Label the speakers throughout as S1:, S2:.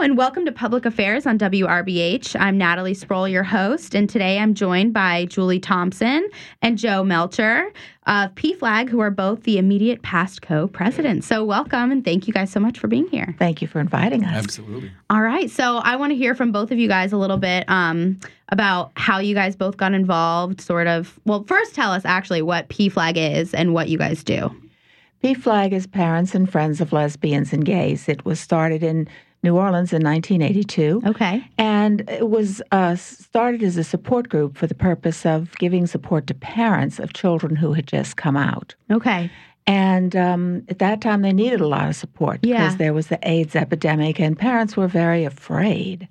S1: and welcome to Public Affairs on WRBH. I'm Natalie Sproul, your host, and today I'm joined by Julie Thompson and Joe Melcher of P Flag, who are both the immediate past co-presidents. So welcome, and thank you guys so much for being here.
S2: Thank you for inviting us.
S3: Absolutely.
S1: All right, so I want to hear from both of you guys a little bit um, about how you guys both got involved. Sort of, well, first tell us actually what P Flag is and what you guys do.
S2: P Flag is Parents and Friends of Lesbians and Gays. It was started in New Orleans in 1982.
S1: Okay.
S2: And it was uh, started as a support group for the purpose of giving support to parents of children who had just come out.
S1: Okay.
S2: And um, at that time, they needed a lot of support
S1: Yeah.
S2: because there was the AIDS epidemic, and parents were very afraid.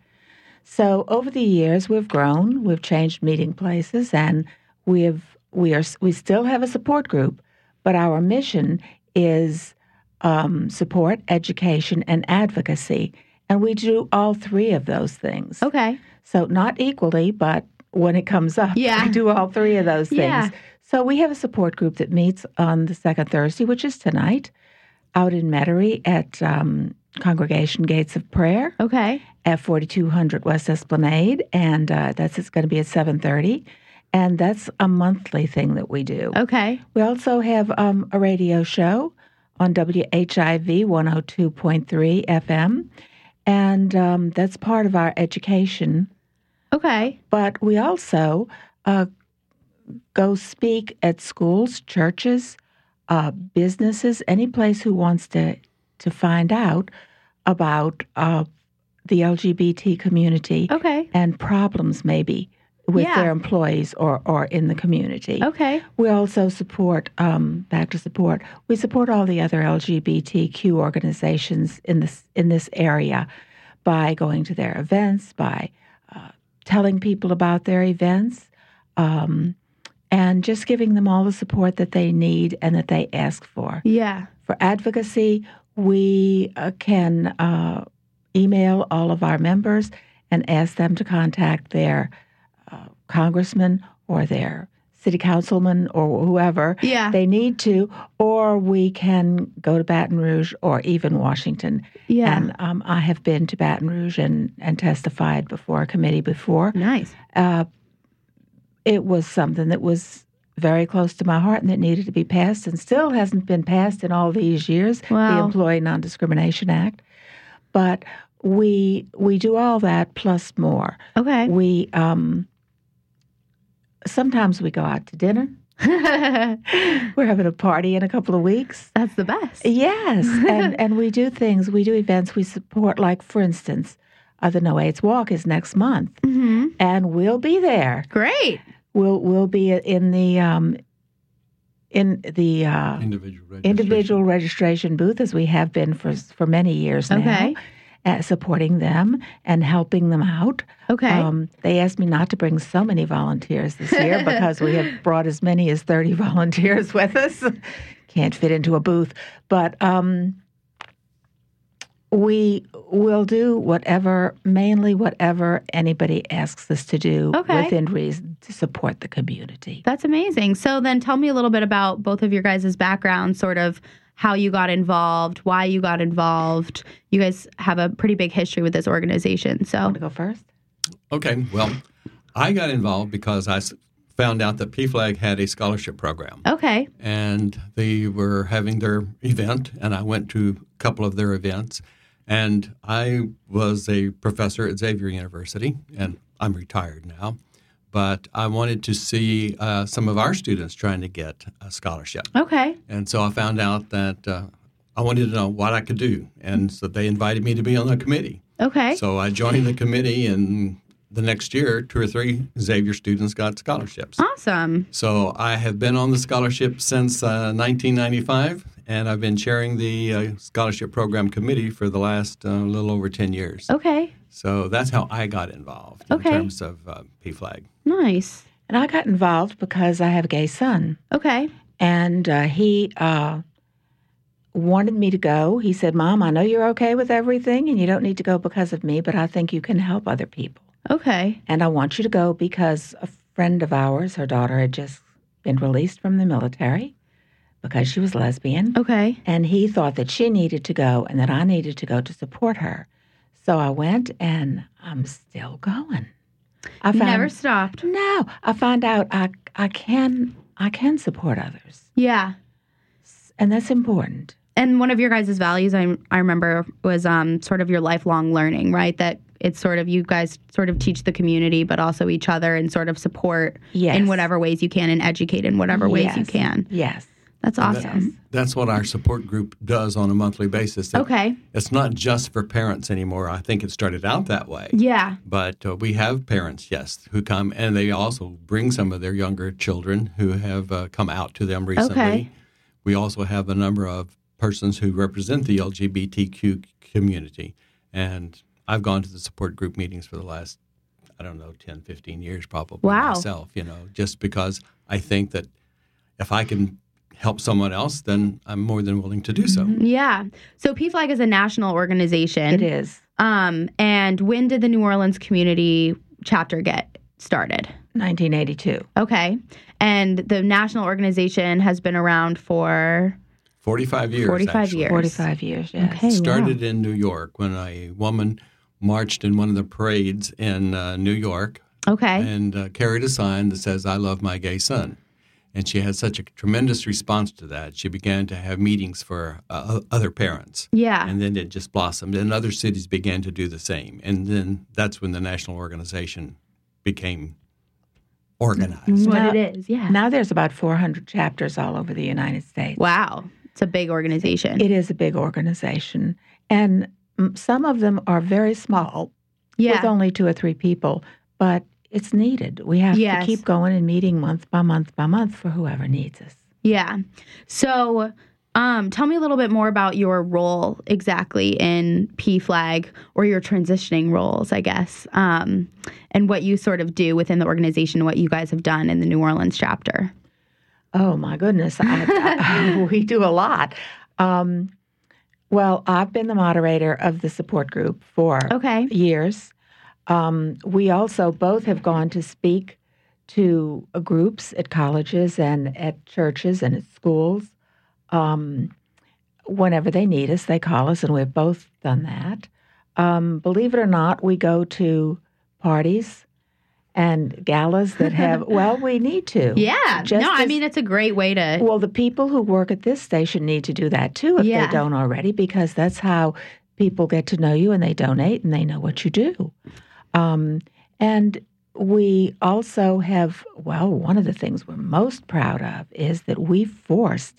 S2: So over the years, we've grown, we've changed meeting places, and we have we are we still have a support group, but our mission is um, support, education, and advocacy, and we do all three of those things.
S1: Okay.
S2: So not equally, but when it comes up,
S1: Yeah.
S2: we do all three of those things.
S1: Yeah.
S2: So we have a support group that meets on the second Thursday, which is tonight, out in Metairie at um, Congregation Gates of Prayer
S1: Okay.
S2: at 4200 West Esplanade, and uh, that's it's going to be at 7:30. And that's a monthly thing that we do.
S1: Okay.
S2: We also have um, a radio show on WHIV 102.3 FM, and um, that's part of our education
S1: Okay.
S2: but we also uh, go speak at schools, churches, uh, businesses, any place who wants to to find out about uh, the LGBT community
S1: Okay.
S2: and problems maybe with
S1: Oh. Yeah.
S2: their employees or, or in the community.
S1: Okay.
S2: We also support, um, back to support, we support all the other LGBTQ organizations in this, in this area by going to their events, by uh, telling people about their events, um, and just giving them all the support that they need and that they ask for.
S1: Yeah.
S2: For advocacy, we uh, can uh, email all of our members and ask them to contact their uh, congressman or their city councilman or whoever
S1: Yeah.
S2: they need to, or we can go to Baton Rouge or even Washington.
S1: yeah.
S2: And um, I have been to Baton Rouge and, and testified before a committee before.
S1: nice.
S2: Uh, it was something that was very close to my heart and that needed to be passed and still hasn't been passed in all these years the
S1: Wow.
S2: employee non-discrimination act but we we do all that plus more
S1: Okay.
S2: we um, sometimes we go out to dinner
S1: That's
S2: we're having a party in a couple of weeks
S1: the best.
S2: yes and and we do things we do events we support like for instance uh, the no aids walk is next month
S1: hmm
S2: and we'll be there
S1: Great.
S2: will will be in the um, in the uh,
S3: Individual registration.
S2: individual registration booth as we have been for for many years now,
S1: Okay.
S2: uh, supporting them and helping them out.
S1: Okay.
S2: Um, they asked me not to bring so many volunteers this year because we have brought as many as thirty volunteers with us. Can't fit into a booth, but. Um, we will do whatever, mainly whatever anybody asks us to do
S1: Okay.
S2: within reason to support the community.
S1: That's amazing. So then tell me a little bit about both of your guys' background, sort of how you got involved, why you got involved. You guys have a pretty big history with this organization. So,
S2: Want to go first?
S3: Okay. Well, I got involved because I s- found out that P Flag had a scholarship program,
S1: okay.
S3: and they were having their event, and I went to a couple of their events, and I was a professor at Xavier University, and I'm retired now. But I wanted to see uh, some of our students trying to get a scholarship.
S1: Okay.
S3: And so I found out that uh, I wanted to know what I could do. And so they invited me to be on the committee.
S1: Okay.
S3: So I joined the committee, and the next year, two or three Xavier students got scholarships.
S1: awesome.
S3: So I have been on the scholarship since uh, 1995, and I've been chairing the uh, scholarship program committee for the last uh, little over 10 years.
S1: Okay.
S3: So that's how I got involved in
S1: Oh. Okay.
S3: terms of uh, P Flag.
S1: Nice.
S2: And I got involved because I have a gay son,
S1: Okay.
S2: and uh, he uh, wanted me to go. He said, "Mom, I know you're okay with everything, and you don't need to go because of me, but I think you can help other people,
S1: Okay.
S2: and I want you to go because a friend of ours, her daughter had just been released from the military because she was lesbian,
S1: Okay.
S2: and he thought that she needed to go and that I needed to go to support her. So I went and I'm still going. I
S1: You
S2: found,
S1: never stopped.
S2: No, I find out I I can I can support others,
S1: Yeah.
S2: and that's important.
S1: And one of your guys' values, I, I remember, was um, sort of your lifelong learning, right? That it's sort of you guys sort of teach the community, but also each other and sort of support
S2: Yes.
S1: in whatever ways you can and educate in whatever ways you
S2: Yes.
S1: can.
S2: Yes.
S1: That's awesome.
S3: That's what our support group does on a monthly basis. It-
S1: Okay.
S3: It's not just for parents anymore. I think it started out that way.
S1: Yeah.
S3: But uh, we have parents, yes, who come and they also bring some of their younger children who have uh, come out to them recently.
S1: Okay.
S3: We also have a number of persons who represent the LGBTQ community. And I've gone to the support group meetings for the last, I don't know, 10, 15 years probably
S1: Wow.
S3: myself, you know, just because I think that if I can help someone else, then I'm more than willing to do so.
S1: Yeah. So P Flag is a national organization.
S2: It is
S1: Um, and when did the New Orleans community chapter get started?
S2: 1982.
S1: Okay. And the national organization has been around for
S3: 45 years.
S1: 45
S3: actually.
S1: years.
S2: 45 years, yes.
S1: Okay. Oh, wow.
S3: started in New York when a woman marched in one of the parades in uh, New York
S1: Okay.
S3: and uh, carried a sign that says, I love my gay son. And she had such a tremendous response to that. She began to have meetings for uh, other parents.
S1: yeah.
S3: And then it just blossomed, and other cities began to do the same. And then that's when the national organization became
S1: Mm-hmm.
S3: organized.
S1: what
S2: Now-
S1: it is. Yeah.
S2: Now there's about 400 chapters all over the United States.
S1: wow. It's a big organization.
S2: It is a big organization, and mm, some of them are very small, with
S1: yeah.
S2: only two or three people, but it's needed. We have
S1: Yes.
S2: to keep going and meeting month by month by month for whoever needs us.
S1: Yeah. So um, tell me a little bit more about your role exactly in P Flag or your transitioning roles, I guess, um, and what you sort of do within the organization, what you guys have done in the New Orleans chapter.
S2: Oh my goodness, I, I- we do a lot. Um, well, I've been the moderator of the support group for
S1: Okay.
S2: years. Um, we also both have gone to speak to uh, groups at colleges and at churches and at schools. Um, whenever they need us, they call us, and we've both done that. Um, believe it or not, we go to parties and galas that have, well, we need to.
S1: Yeah.
S2: Just
S1: no, I
S2: as-
S1: mean, it's a great way to.
S2: Well, the people who work at this station need to do that too if
S1: Yeah.
S2: they don't already, because that's how people get to know you and they donate and they know what you do. Um, and we also have, well, one of the things we're most proud of is that we forced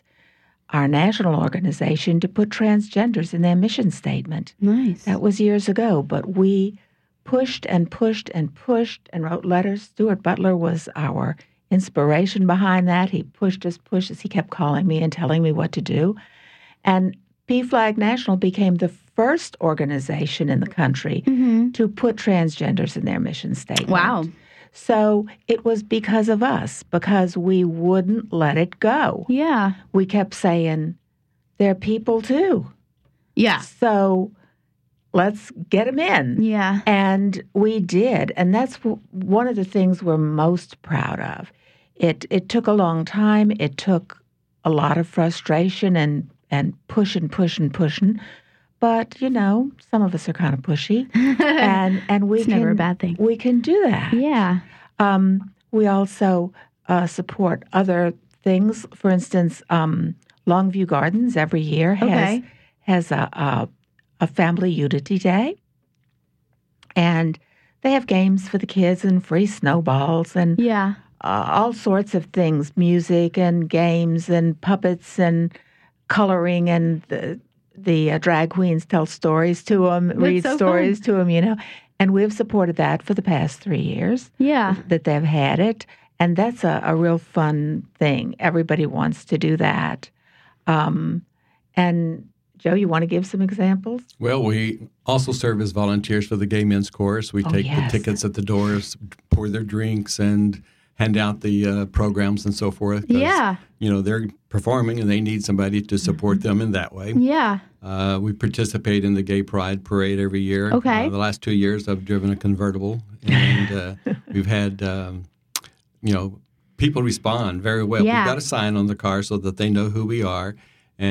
S2: our national organization to put transgenders in their mission statement.
S1: nice.
S2: That was years ago, but we pushed and pushed and pushed and wrote letters. Stuart Butler was our inspiration behind that. He pushed us, pushed us. He kept calling me and telling me what to do. And P Flag National became the first organization in the country
S1: hmm
S2: to put transgenders in their mission statement.
S1: Wow.
S2: So it was because of us, because we wouldn't let it go.
S1: Yeah.
S2: We kept saying, they're people too.
S1: Yeah.
S2: So let's get them in.
S1: Yeah.
S2: And we did, and that's w- one of the things we're most proud of. It it took a long time. It took a lot of frustration and and push and push and pushing. But you know, some of us are kind of pushy, and and we
S1: it's
S2: can
S1: never a bad thing.
S2: we can do that.
S1: Yeah.
S2: Um, we also uh, support other things. For instance, um, Longview Gardens every year has
S1: Okay.
S2: has a, a a family unity day, and they have games for the kids and free snowballs and
S1: Yeah.
S2: uh, all sorts of things, music and games and puppets and coloring and the the uh, drag queens tell stories to them, read
S1: so
S2: stories to 'em, to them, you know. And we've supported that for the past three years
S1: Yeah.
S2: that they've had it. And that's a, a real fun thing. Everybody wants to do that. Um, and Joe, you want to give some examples?
S3: Well, we also serve as volunteers for the Gay Men's Chorus. We
S2: Oh,
S3: take
S2: yes.
S3: the tickets at the doors, pour their drinks, and hand out the uh, programs and so forth. 'cause,
S1: Yeah. Mm-hmm.
S3: You know, they're performing and they need somebody to support them in that way.
S1: Yeah.
S3: Uh, we participate in the Gay Pride Parade every year.
S1: Okay.
S3: Uh, the last two years, I've driven a convertible, and uh, we've had, um, you know, people respond very well.
S1: Yeah.
S3: We've got a sign on the car so that they know who we are,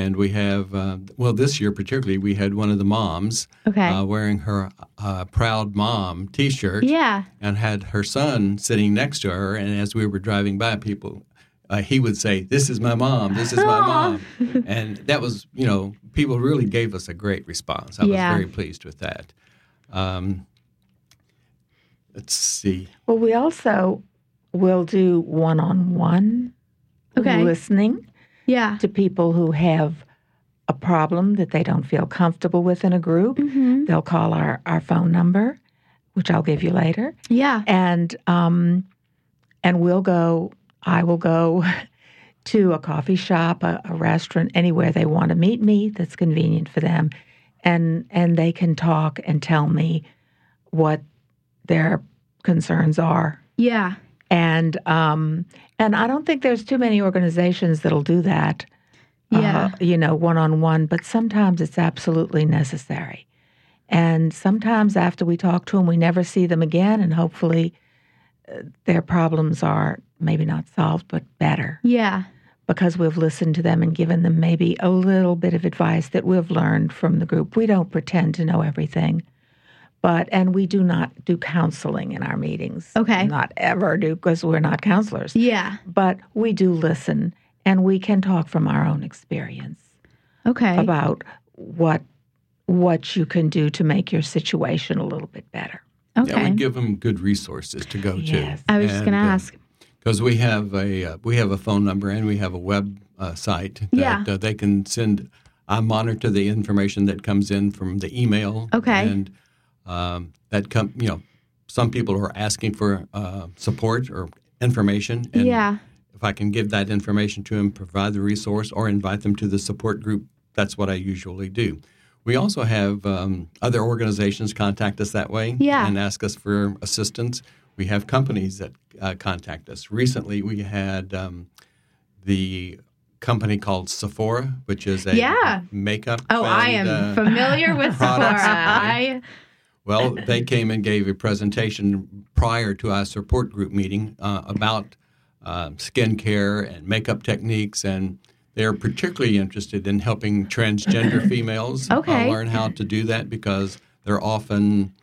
S3: And we have, uh, well, this year particularly, we had one of the moms
S1: Okay.
S3: uh, wearing her uh, Proud Mom t shirt
S1: yeah.
S3: and had her son sitting next to her. And as we were driving by, people, uh, he would say, "This is my mom. This is my
S1: Aw.
S3: mom," and that was, you know, people really gave us a great response. I
S1: Yeah.
S3: was very pleased with that. Um, let's see.
S2: Well, we also will do one on one
S1: Okay.
S2: listening
S1: Yeah.
S2: to people who have a problem that they don't feel comfortable with in a group.
S1: hmm
S2: They'll call our, our phone number, which I'll give you later.
S1: Yeah.
S2: and um, and we'll go. I will go to a coffee shop, a, a restaurant, anywhere they want to meet me that's convenient for them, and and they can talk and tell me what their concerns are.
S1: Yeah.
S2: And um, and I don't think there's too many organizations that'll do that. uh,
S1: Yeah.
S2: you know, one on one. But sometimes it's absolutely necessary. And sometimes after we talk to them, we never see them again, and hopefully uh, their problems are maybe not solved, but better
S1: Yeah.
S2: because we've listened to them and given them maybe a little bit of advice that we've learned from the group. We don't pretend to know everything. But and we do not do counseling in our meetings.
S1: Okay.
S2: Not ever do because we're not counselors.
S1: Yeah.
S2: But we do listen and we can talk from our own experience
S1: Okay.
S2: about what what you can do to make your situation a little bit better.
S1: okay.
S3: Yeah, we give them good resources to uh, go
S2: Yes.
S3: to.
S1: I was just going to ask.
S3: because we have a uh, we have a phone number and we have a web uh, site that
S1: Yeah.
S3: uh, they can send. I monitor the information that comes in from the email.
S1: Okay.
S3: and um, that come you know some people are asking for uh, support or information. And
S1: Yeah.
S3: if I can give that information to them, provide the resource, or invite them to the support group, that's what I usually do. We also have um, other organizations contact us that way
S1: Yeah.
S3: and ask us for assistance. We have companies that uh, contact us. Recently, we had um, the company called Sephora, which is a
S1: Yeah.
S3: makeup.
S1: Oh, I am
S3: and, uh,
S1: familiar with Sephora.
S3: products.
S1: I
S3: well, they came and gave a presentation prior to our support group meeting uh, about um, skincare and makeup techniques, and they're particularly interested in helping transgender females uh,
S1: Okay.
S3: learn how to do that because they're often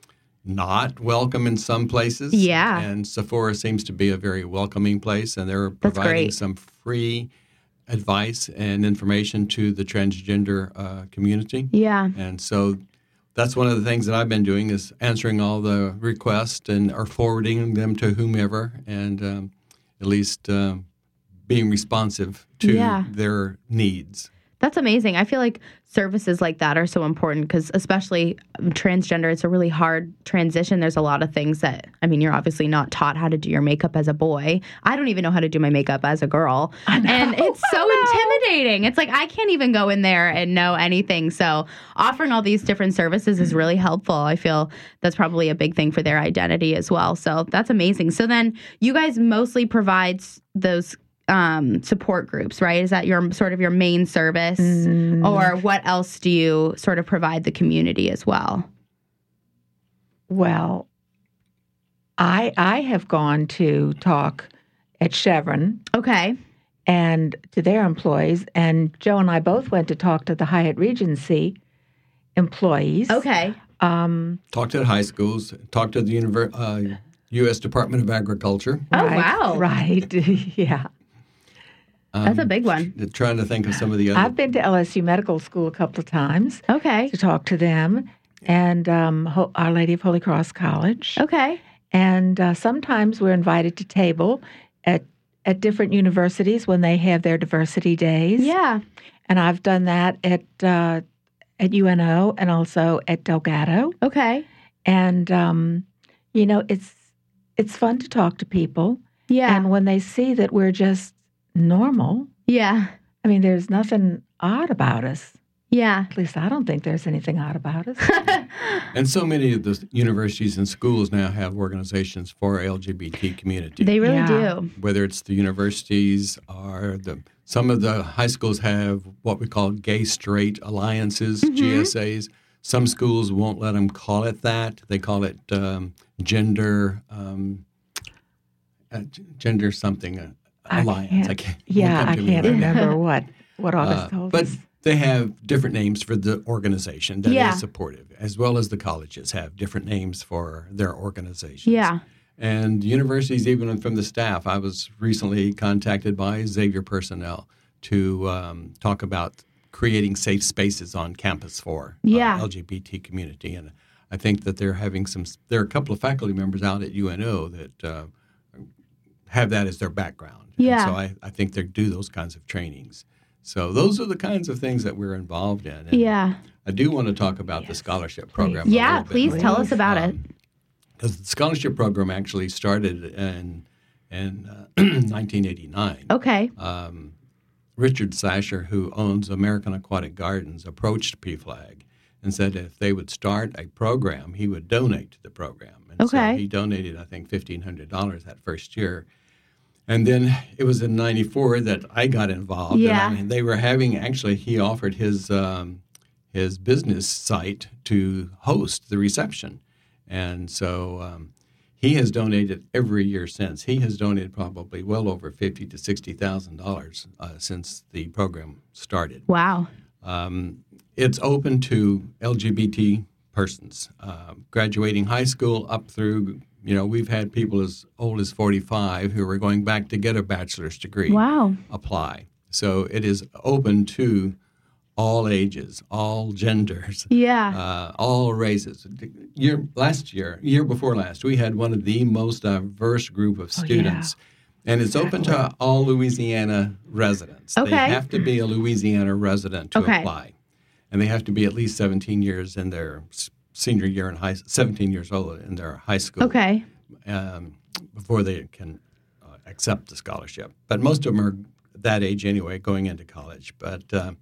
S3: not welcome in some places.
S1: Yeah.
S3: And Sephora seems to be a very welcoming place, and they're
S1: That's
S3: providing
S1: great.
S3: some free advice and information to the transgender uh, community.
S1: yeah.
S3: And so that's one of the things that I've been doing is answering all the requests and or forwarding them to whomever, and um, at least um, being responsive to
S1: Yeah.
S3: their needs.
S1: That's amazing. I feel like services like that are so important because, especially um, transgender, it's a really hard transition. There's a lot of things that, I mean, you're obviously not taught how to do your makeup as a boy. I don't even know how to do my makeup as a girl. And it's so intimidating. It's like I can't even go in there and know anything. So, offering all these different services is really helpful. I feel that's probably a big thing for their identity as well. So, that's amazing. So, then you guys mostly provide s- those um, support groups, right? Is that your sort of your main service,
S2: Mm-hmm.
S1: Mm. or what else do you sort of provide the community as well?
S2: Well, I I have gone to talk at Chevron
S1: Okay.
S2: and to their employees, and Joe and I both went to talk to the Hyatt Regency employees.
S1: Okay.
S2: Um,
S3: Talked to the high schools, talked to the univer- uh, U.S. Department of Agriculture.
S1: Oh,
S2: right,
S1: wow.
S2: Right. yeah.
S1: That's a big one.
S3: Um, Trying to think of some of the other.
S2: I've been to LSU Medical School a couple of times
S1: Okay.
S2: to talk to them and um, Ho- Our Lady of Holy Cross College.
S1: Okay.
S2: And uh, sometimes we're invited to table at at different universities when they have their diversity days.
S1: Yeah.
S2: And I've done that at uh, at UNO and also at Delgado.
S1: Okay.
S2: And um, you know, it's it's fun to talk to people.
S1: Yeah.
S2: And when they see that we're just normal,
S1: yeah.
S2: I mean, there's nothing odd about us.
S1: Yeah.
S2: At least I don't think there's anything odd about us.
S3: and so many of the universities and schools now have organizations for LGBT community.
S1: They really
S2: Yeah.
S1: do.
S3: whether it's the universities or the some of the high schools have what we call gay straight alliances
S2: Mm-hmm.
S3: GSAs. Some schools won't let them call it that. They call it um, gender um, uh, g- gender something uh,
S2: I
S3: alliance.
S2: can't-
S3: I can't. it won't
S2: yeah,
S3: come
S2: I
S3: to me
S2: can't
S3: right now.
S2: remember what what August
S3: Uh,
S2: told
S3: but
S2: us.
S3: they have different names for the organization that is
S1: Yeah.
S3: supportive, as well as the colleges have different names for their organizations.
S1: Yeah.
S3: And universities, even from the staff, I was recently contacted by Xavier personnel to um, talk about creating safe spaces on campus for uh,
S1: Yeah.
S3: LGBT community. And I think that they're having some. There are a couple of faculty members out at UNO that uh, have that as their background. And
S1: Yeah.
S3: so I, I think they do those kinds of trainings. So those are the kinds of things that we're involved in. And
S1: Yeah.
S3: I do want to talk about the scholarship program. a
S1: Yeah,
S3: little bit Um,
S1: please tell us about it.
S3: because the scholarship program actually started in in uh, 1989.
S1: Okay.
S3: uh, Richard Sasher, who owns American Aquatic Gardens, approached PFLAG and said if they would start a program, he would donate to the program. And
S1: Okay.
S3: so he donated, I think, fifteen hundred dollars that first year. And then it was in '94 that I got involved.
S1: Yeah.
S3: And I- they were having actually he offered his um, his business site to host the reception, and so um, he has donated every year since. He has donated probably well over fifty to sixty thousand uh, dollars since the program started.
S1: wow.
S3: Um, it's open to LGBT persons um, graduating high school up through. You know, we've had people as old as 45 who are going back to get a bachelor's degree
S1: Wow.
S3: apply. So it is open to all ages, all genders,
S1: Yeah.
S3: uh, all races. Year last year, year before last, we had one of the most diverse group
S1: Oh,
S3: of students, and it's open to all Louisiana residents.
S1: Okay.
S3: They have to be a Louisiana resident to
S1: Okay.
S3: apply, and they have to be at least 17 years in their s- senior year in high, 17 years old in their high school
S1: okay.
S3: um, before they can uh, accept the scholarship. But most of them are that age anyway, going into college. But uh,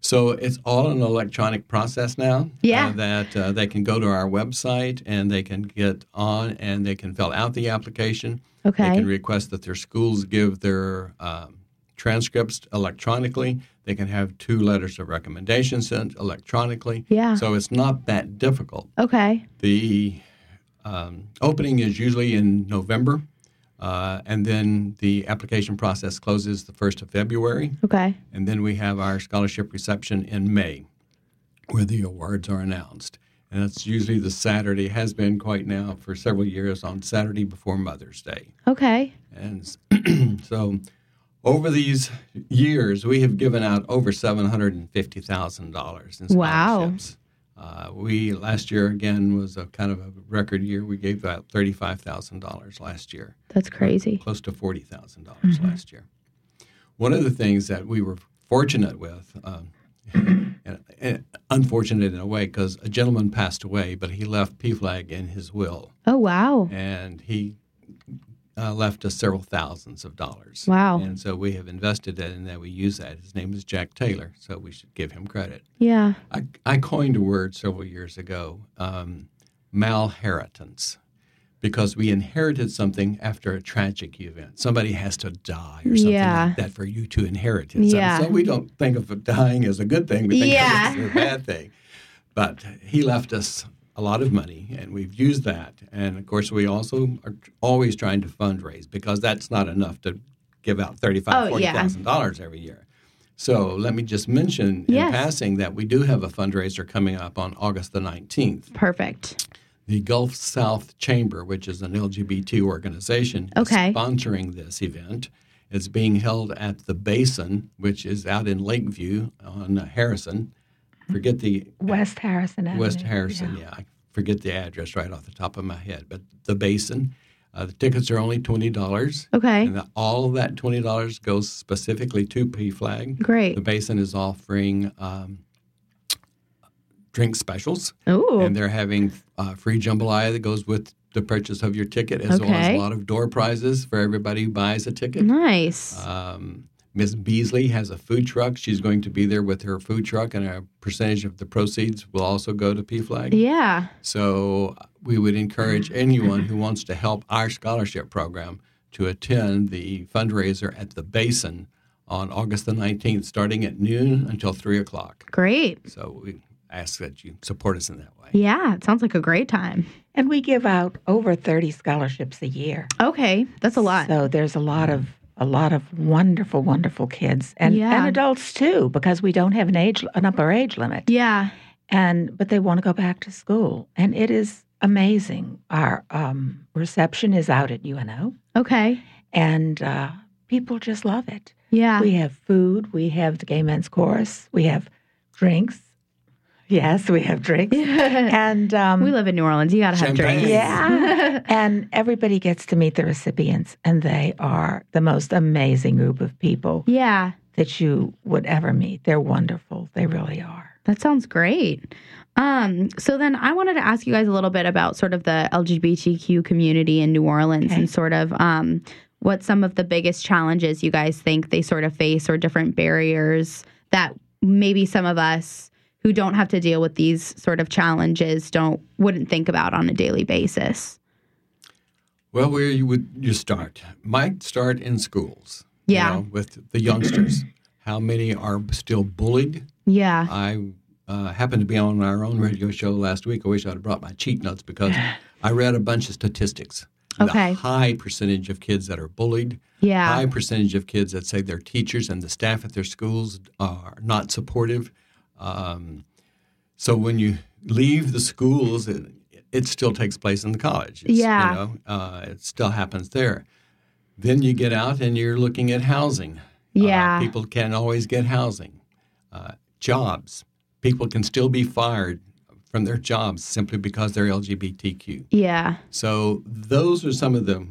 S3: so it's all an electronic process now.
S1: Yeah.
S3: uh, that uh, they can go to our website and they can get on and they can fill out the application.
S1: Okay.
S3: They can request that their schools give their um, transcripts electronically. They can have two letters of recommendation sent electronically.
S1: Yeah.
S3: So it's not that difficult.
S1: Okay.
S3: The um, opening is usually in November, uh, and then the application process closes the 1st of February,
S1: Okay.
S3: and then we have our scholarship reception in May, where the awards are announced. And that's usually the Saturday, has been quite now for several years, on Saturday before Mother's Day.
S1: Okay.
S3: And s- so over these years, we have given out over $750,000 in
S1: Wow.
S3: scholarships. Uh, we last year again was a kind of a record year. We gave out thirty-five thousand dollars last year,
S1: That's crazy. Mm-hmm.
S3: close to forty dollars last year. One of the things that we were fortunate with, um, and, and unfortunate in a way, because a gentleman passed away, but he left PFLAG in his will
S1: Oh wow.
S3: and he uh, left us several thousands of dollars.
S1: Wow.
S3: And so we have invested that and that we use that. His name is Jack Taylor, so we should give him credit.
S1: Yeah.
S3: I, I coined a word several years ago um, malheritance. Because we inherited something after a tragic event. Somebody has to die or something
S1: Yeah.
S3: like that for you to inherit it. So-
S1: Yeah.
S3: So we don't think of dying as a good thing, we think
S1: Yeah.
S3: of it as a bad thing. But he left us a lot of money, and we've used that. And of course, we also are tr- always trying to fundraise because that's not enough to give out thirty-five,
S1: Oh,
S3: forty
S1: yeah.
S3: thousand dollars every year. So let me just mention in
S1: Yes.
S3: passing that we do have a fundraiser coming up on August the nineteenth.
S1: Perfect.
S3: The Gulf South Chamber, which is an LGBT organization,
S1: Okay.
S3: is sponsoring this event. It's being held at the Basin, which is out in Lakeview on Harrison. Forget the
S2: West Harrison Avenue.
S3: West Harrison. Yeah. I forget the address right off the top of my head, but the Basin. Uh, the tickets are only twenty dollars,
S1: Okay.
S3: and the, all of that twenty dollars goes specifically to P Flag.
S1: Great.
S3: The Basin is offering um, drink specials,
S1: Ooh.
S3: and they're having uh, free jambalaya that goes with the purchase of your ticket, as well as
S1: Okay.
S3: a lot of door prizes for everybody who buys a ticket.
S1: Nice.
S3: Um, Ms. Beasley has a food truck. She's going to be there with her food truck, and a percentage of the proceeds will also go to P Flag.
S1: yeah.
S3: So we would encourage anyone who wants to help our scholarship program to attend the fundraiser at the Basin on August the 19th, starting at noon until 3 o'clock.
S1: Great.
S3: So we ask that you support us in that way.
S1: Yeah. It sounds like a great time.
S2: And we give out over 30 scholarships a year.
S1: Okay. That's a lot.
S2: So there's a lot of a lot of wonderful, wonderful kids and,
S1: Yeah.
S2: and adults too, because we don't have an age an upper age limit.
S1: Yeah.
S2: And but they want to go back to school, and it is amazing. Our um, reception is out at UNO,
S1: Okay.
S2: and uh, people just love it.
S1: Yeah.
S2: We have food. We have the gay men's chorus. We have drinks. Yes, we have drinks. And um,
S1: we live in New Orleans. You got to have
S3: Champagne.
S1: drinks.
S2: Yeah. and everybody gets to meet the recipients, and they are the most amazing group of people
S1: yeah.
S2: that you would ever meet. They're wonderful. They really are.
S1: That sounds great. Um, so then I wanted to ask you guys a little bit about sort of the LGBTQ community in New Orleans
S2: Okay.
S1: and sort of um, what some of the biggest challenges you guys think they sort of face or different barriers that maybe some of us who don't have to deal with these sort of challenges don't wouldn't think about on a daily basis.
S3: Well, where you would you start? Might start in schools.
S1: Yeah.
S3: You know, with the youngsters, how many are still bullied?
S1: Yeah.
S3: I uh, happened to be on our own radio show last week. I wish I'd have brought my cheat notes because I read a bunch of statistics.
S1: Okay.
S3: The high percentage of kids that are bullied.
S1: Yeah.
S3: High percentage of kids that say their teachers and the staff at their schools are not supportive. Um, so when you leave the schools, it, it still takes place in the college. It's,
S1: Yeah.
S3: You know, uh, it still happens there. Then you get out and you're looking at housing.
S1: Yeah.
S3: Uh, people can always get housing, uh, jobs. People can still be fired from their jobs simply because they're LGBTQ.
S1: yeah.
S3: So those are some of the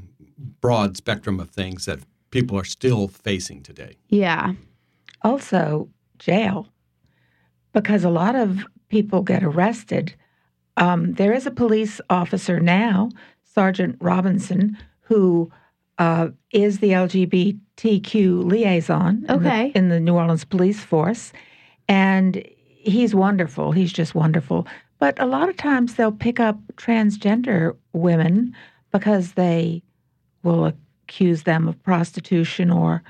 S3: broad spectrum of things that people are still facing today.
S1: Yeah.
S2: Also, jail, because a lot of people get arrested. Um, there is a police officer now, Sergeant Robinson, who uh, is the LGBTQ liaison in the-
S1: Okay.
S2: in the New Orleans police force. And he's wonderful. He's just wonderful. But a lot of times they'll pick up transgender women because they will accuse them of prostitution or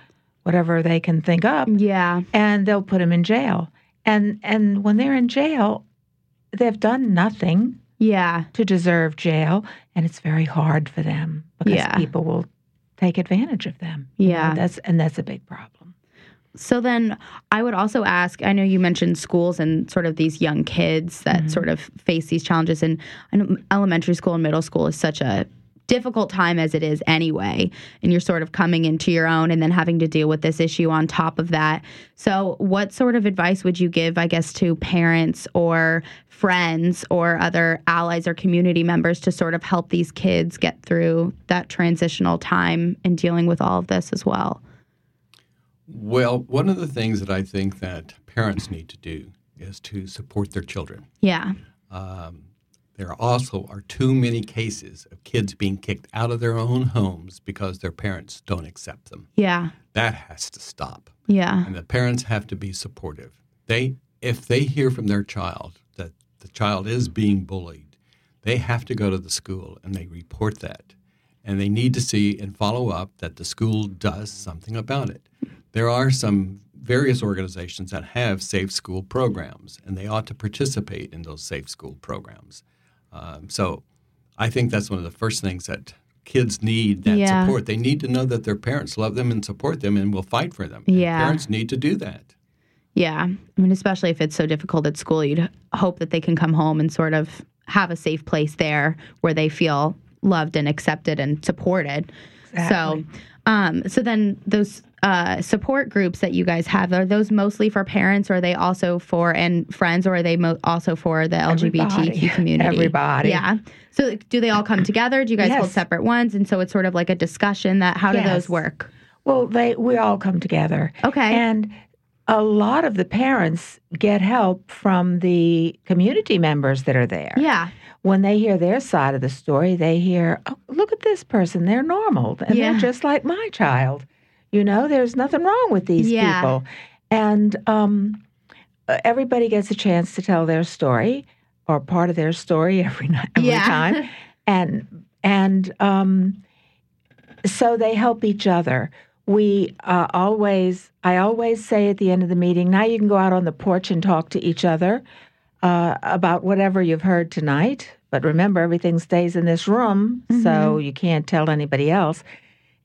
S2: whatever they can think up
S1: Yeah.
S2: and they'll put them in jail. And and when they're in jail, they've done nothing
S1: Yeah.
S2: to deserve jail, and it's very hard for them because
S1: Yeah.
S2: people will take advantage of them. You know,
S1: Yeah.
S2: that's and that's a big problem.
S1: So then I would also ask I know you mentioned schools and sort of these young kids that sort of face these challenges. And I know elementary school and middle school is such a difficult time as it is anyway. And you're sort of coming into your own and then having to deal with this issue on top of that. So, what sort of advice would you give, I guess, to parents or friends or other allies or community members to sort of help these kids get through that transitional time and dealing with all of this as well?
S3: Well, one of the things that I think that parents need to do is to support their children.
S1: Yeah.
S3: There also are too many cases of kids being kicked out of their own homes because their parents don't accept them.
S1: Yeah.
S3: That has to stop.
S1: Yeah.
S3: and the parents have to be supportive. They, if they hear from their child that the child is being bullied, they have to go to the school and they report that, and they need to see and follow up that the school does something about it. There are some various organizations that have safe school programs, and they ought to participate in those safe school programs. Um, so, I think that's one of the first things that kids need that
S1: Yeah.
S3: support. They need to know that their parents love them and support them and will fight for them. And
S1: Yeah.
S3: Parents need to do that.
S1: Yeah. I mean, especially if it's so difficult at school, you'd hope that they can come home and sort of have a safe place there where they feel loved and accepted and supported.
S2: Exactly.
S1: So, um, so then those uh, support groups that you guys have are those mostly for parents, or are they also for and friends, or are they mo- also for the LGBTQ
S2: Everybody.
S1: community?
S2: Everybody.
S1: Yeah. So, like, do they all come together? Do you guys hold
S2: Yes.
S1: separate ones? And so it's sort of like a discussion that how do those
S2: Yes.
S1: work?
S2: Well, they we all come together.
S1: Okay.
S2: And a lot of the parents get help from the community members that are there.
S1: yeah.
S2: when they hear their side of the story, they hear, oh, look at this person. They're normal and
S1: Yeah.
S2: they're just like my child. You know, there's nothing wrong with these
S1: Yeah.
S2: people. And um, uh, everybody gets a chance to tell their story or part of their story every, night, every
S1: Yeah.
S2: time. And, and, um, so they help each other. We uh, always, I always say at the end of the meeting, now you can go out on the porch and talk to each other uh, about whatever you've heard tonight. But remember, everything stays in this room, so you can't tell anybody else.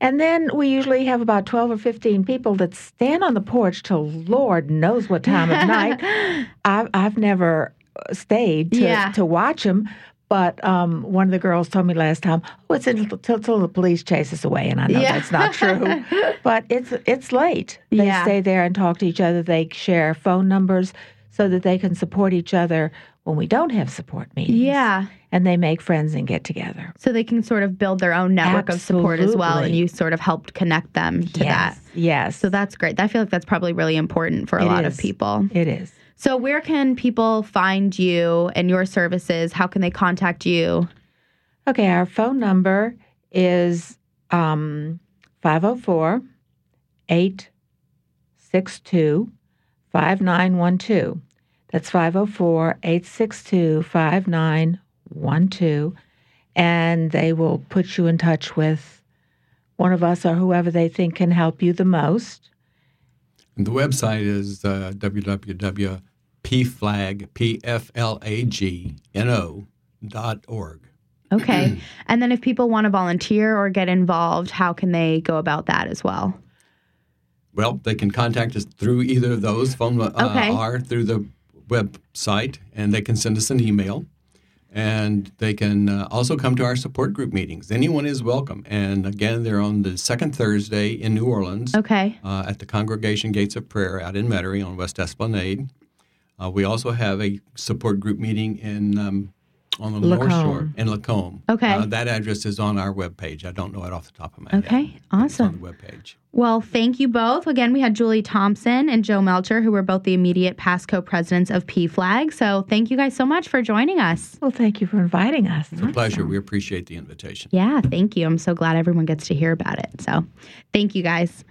S2: And then we usually have about 12 or 15 people that stand on the porch till Lord knows what time of night. I've, I've never stayed to,
S1: Yeah.
S2: to watch them. But um, one of the girls told me last time, "Oh, it's until, till, till the police chase us away," and I know
S1: Yeah.
S2: that's not true. but it's it's late. They
S1: Yeah.
S2: stay there and talk to each other. They share phone numbers so that they can support each other when we don't have support meetings.
S1: Yeah.
S2: and they make friends and get together.
S1: So they can sort of build their own network of support as well. And
S2: Absolutely.
S1: you sort of helped connect them to that.
S2: yes, yes.
S1: So that's great. I feel like that's probably really important for a
S2: It
S1: lot
S2: is.
S1: of people.
S2: it is.
S1: So, where can people find you and your services? How can they contact you?
S2: Okay, our phone number is um, 504 862 5912. That's 504 862 5912. And they will put you in touch with one of us or whoever they think can help you the most.
S3: And the website is uh, www.pflag.org.
S1: Okay. and then, if people want to volunteer or get involved, how can they go about that as well?
S3: Well, they can contact us through either of those phone uh,
S1: Okay.
S3: or through the website, and they can send us an email. And they can uh, also come to our support group meetings. Anyone is welcome. And again, they're on the second Thursday in New Orleans
S1: Okay.
S3: uh, at the Congregation Gates of Prayer out in Metairie on West Esplanade. Uh, we also have a support group meeting in um, on the North
S2: Lacombe.
S3: Shore in Lacombe.
S1: Okay.
S3: Uh, that address is on our webpage. I don't know it off the top of my head.
S1: Okay.
S3: It's on
S1: Awesome.
S3: the webpage.
S1: Well, thank you both. Again, we had Julie Thompson and Joe Melcher, who were both the immediate past co presidents of P Flag. So, thank you guys so much for joining us.
S2: Well, thank you for inviting us.
S3: It's a pleasure. We appreciate the invitation.
S1: Yeah, thank you. I'm so glad everyone gets to hear about it. So, thank you guys.